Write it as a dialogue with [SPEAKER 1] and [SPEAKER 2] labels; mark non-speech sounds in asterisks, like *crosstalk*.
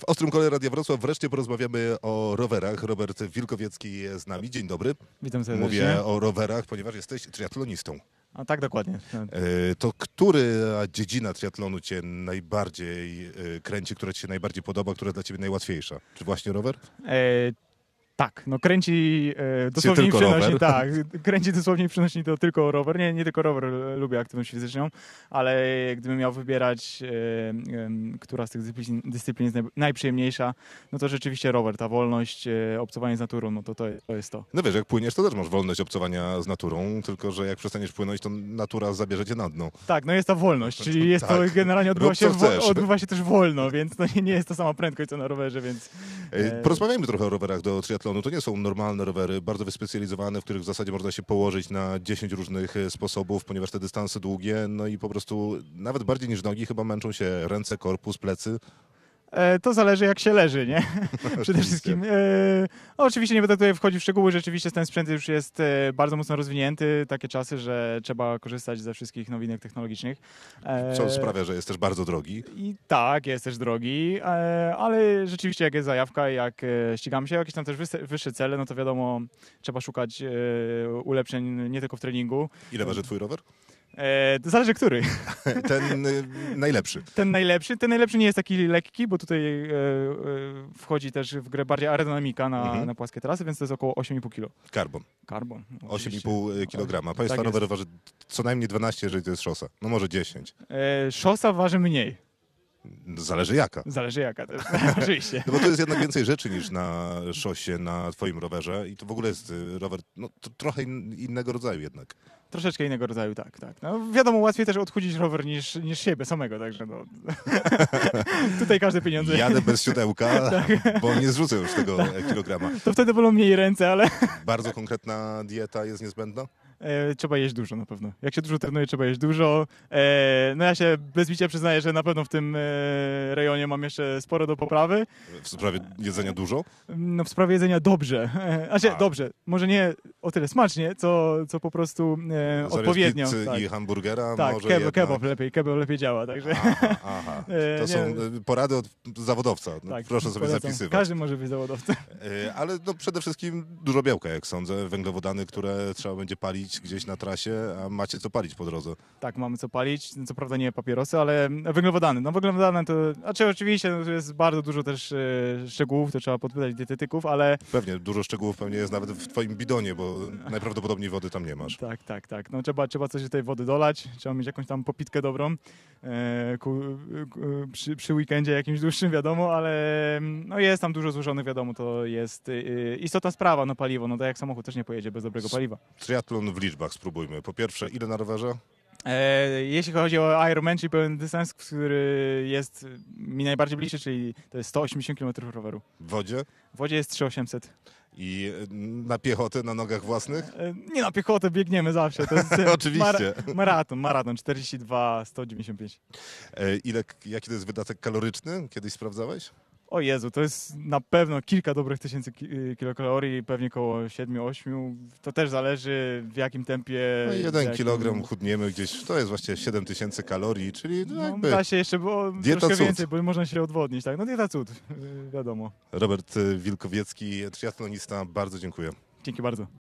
[SPEAKER 1] W Ostrym Kole Radia Wrocław wreszcie porozmawiamy o rowerach. Robert Wilkowiecki jest z nami. Dzień dobry.
[SPEAKER 2] Witam serdecznie.
[SPEAKER 1] Mówię o rowerach, ponieważ jesteś triatlonistą.
[SPEAKER 2] A tak, dokładnie.
[SPEAKER 1] E, To która dziedzina triatlonu cię najbardziej e, kręci, która ci się najbardziej podoba, która jest dla ciebie najłatwiejsza? Czy właśnie rower?
[SPEAKER 2] E, tak, no kręci e, dosłownie i
[SPEAKER 1] tylko
[SPEAKER 2] przenośnie,
[SPEAKER 1] rower.
[SPEAKER 2] *laughs* tak, kręci dosłownie i przenośnie to tylko rower. Nie, nie tylko rower, e, lubię aktywność fizyczną, ale gdybym miał wybierać, e, em, która z tych dyscyplin, dyscyplin jest naj, najprzyjemniejsza, no to rzeczywiście rower, ta wolność, e, obcowanie z naturą, no to, to, to jest to.
[SPEAKER 1] No wiesz, jak płyniesz, to też masz wolność obcowania z naturą, tylko że jak przestaniesz płynąć, to natura zabierze cię na dno.
[SPEAKER 2] Tak, no jest ta wolność,
[SPEAKER 1] *laughs*
[SPEAKER 2] czyli jest
[SPEAKER 1] Tak.
[SPEAKER 2] to generalnie odbywa
[SPEAKER 1] Rób,
[SPEAKER 2] się,
[SPEAKER 1] co
[SPEAKER 2] wo-
[SPEAKER 1] chcesz.
[SPEAKER 2] odbywa się też wolno, więc to nie, nie jest ta sama prędkość co na rowerze, więc
[SPEAKER 1] E,
[SPEAKER 2] E,
[SPEAKER 1] Porozmawiajmy trochę o rowerach do triatlonu. To nie są normalne rowery, bardzo wyspecjalizowane, w których w zasadzie można się położyć na 10 różnych e, sposobów, ponieważ te dystanse długie, no i po prostu nawet bardziej niż nogi chyba męczą się ręce, korpus, plecy.
[SPEAKER 2] E, To zależy jak się leży, nie? *laughs* Przede wszystkim. E, oczywiście nie będę tutaj wchodził w szczegóły, rzeczywiście ten sprzęt już jest e, bardzo mocno rozwinięty, takie czasy, że trzeba korzystać ze wszystkich nowinek technologicznych. E,
[SPEAKER 1] Co sprawia, że jest też bardzo drogi.
[SPEAKER 2] I tak, jest też drogi, e, ale rzeczywiście jak jest zajawka, jak e, ścigamy się, jakieś tam też wyse- wyższe cele, no to wiadomo, trzeba szukać e, ulepszeń nie tylko w treningu.
[SPEAKER 1] Ile waży twój
[SPEAKER 2] *laughs*
[SPEAKER 1] rower?
[SPEAKER 2] E, to zależy który.
[SPEAKER 1] Ten y, najlepszy.
[SPEAKER 2] Ten najlepszy, ten najlepszy nie jest taki lekki, bo tutaj e, e, wchodzi też w grę bardziej aerodynamika na,
[SPEAKER 1] Mhm.
[SPEAKER 2] na płaskie trasy, więc to jest około 8,5 kg.
[SPEAKER 1] Karbon.
[SPEAKER 2] Karbon. oczywiście.
[SPEAKER 1] 8,5 kg. e, Państwa
[SPEAKER 2] Tak jest.
[SPEAKER 1] rower waży co najmniej 12, jeżeli to jest szosa. No może 10.
[SPEAKER 2] E, szosa waży mniej.
[SPEAKER 1] Zależy jaka.
[SPEAKER 2] Zależy jaka też. *laughs* Oczywiście.
[SPEAKER 1] No bo to jest jednak więcej rzeczy niż na szosie, na twoim rowerze i to w ogóle jest y, rower no, to trochę in, innego rodzaju jednak.
[SPEAKER 2] Troszeczkę innego rodzaju, tak, tak. No, wiadomo, łatwiej też odchudzić rower niż, niż siebie samego, także no. *laughs* tutaj każde pieniądze. Tak.
[SPEAKER 1] Jadę bez
[SPEAKER 2] *laughs*
[SPEAKER 1] siodełka, bo nie zrzucę już tego kilograma.
[SPEAKER 2] To wtedy bolą mniej ręce, ale
[SPEAKER 1] Bardzo konkretna dieta jest niezbędna.
[SPEAKER 2] e, trzeba jeść dużo na pewno. Jak się dużo trenuje, trzeba jeść dużo. E, no ja się bez bicia przyznaję, że na pewno w tym e, rejonie mam jeszcze sporo do poprawy.
[SPEAKER 1] W sprawie jedzenia dużo.
[SPEAKER 2] No w sprawie jedzenia dobrze. *laughs* A się
[SPEAKER 1] A.
[SPEAKER 2] dobrze. Może nie o tyle smacznie, co, co po prostu e,
[SPEAKER 1] Zamiast
[SPEAKER 2] odpowiednio.
[SPEAKER 1] pizzy
[SPEAKER 2] Tak,
[SPEAKER 1] i hamburgera
[SPEAKER 2] tak
[SPEAKER 1] może
[SPEAKER 2] kebab,
[SPEAKER 1] jednak...
[SPEAKER 2] kebab lepiej, kebab lepiej działa, także.
[SPEAKER 1] Aha, aha.
[SPEAKER 2] E,
[SPEAKER 1] To
[SPEAKER 2] nie.
[SPEAKER 1] są e, porady od zawodowca. No,
[SPEAKER 2] *laughs* Tak,
[SPEAKER 1] Proszę sobie
[SPEAKER 2] polecam.
[SPEAKER 1] zapisywać.
[SPEAKER 2] Każdy może być zawodowcem. *laughs*
[SPEAKER 1] E, Ale no przede wszystkim dużo białka, jak sądzę, węglowodany, które trzeba będzie palić gdzieś na trasie, a macie co palić po drodze.
[SPEAKER 2] Tak, mamy co palić. Co prawda nie papierosy, ale węglowodany. No węglowodany to. Znaczy oczywiście no, tu jest bardzo dużo też e, szczegółów, to trzeba podpytać dietetyków, ale
[SPEAKER 1] Pewnie, dużo szczegółów pewnie jest nawet w twoim bidonie, bo najprawdopodobniej wody tam nie masz.
[SPEAKER 2] tak, tak, tak. No trzeba, trzeba coś do tej wody dolać, trzeba mieć jakąś tam popitkę dobrą. E, ku, ku, przy, przy weekendzie jakimś dłuższym wiadomo, ale mm, no jest tam dużo złożonych, wiadomo, to jest y, istotna sprawa, no paliwo, no tak jak samochód też nie pojedzie bez dobrego paliwa.
[SPEAKER 1] Triatlon w liczbach spróbujmy. Po pierwsze, ile na rowerze?
[SPEAKER 2] E, jeśli chodzi o Ironman, czyli pełen dystans, który jest mi najbardziej bliższy, czyli to jest 180 km roweru.
[SPEAKER 1] W wodzie?
[SPEAKER 2] W wodzie jest 3800.
[SPEAKER 1] I y, na piechotę, na nogach własnych?
[SPEAKER 2] E, nie na piechotę biegniemy zawsze, to jest
[SPEAKER 1] *laughs*
[SPEAKER 2] e,
[SPEAKER 1] Oczywiście.
[SPEAKER 2] mara- maraton, maraton 42, 195.
[SPEAKER 1] E, Ile, jaki to jest wydatek kaloryczny? Kiedyś sprawdzałeś?
[SPEAKER 2] O Jezu, to jest na pewno kilka dobrych tysięcy ki- y, kilokalorii, pewnie około 7-8. To też zależy w jakim tempie.
[SPEAKER 1] No,
[SPEAKER 2] w
[SPEAKER 1] jeden
[SPEAKER 2] jakim-
[SPEAKER 1] kilogram chudniemy gdzieś, to jest właściwie 7000 kalorii, czyli no,
[SPEAKER 2] No,
[SPEAKER 1] jakby...
[SPEAKER 2] da się jeszcze bo,
[SPEAKER 1] Dieta
[SPEAKER 2] troszkę
[SPEAKER 1] cud.
[SPEAKER 2] więcej, bo można się odwodnić. Tak? No dieta cud, y, wiadomo.
[SPEAKER 1] Robert y, Wilkowiecki, e, triatlonista, bardzo dziękuję.
[SPEAKER 2] Dzięki bardzo.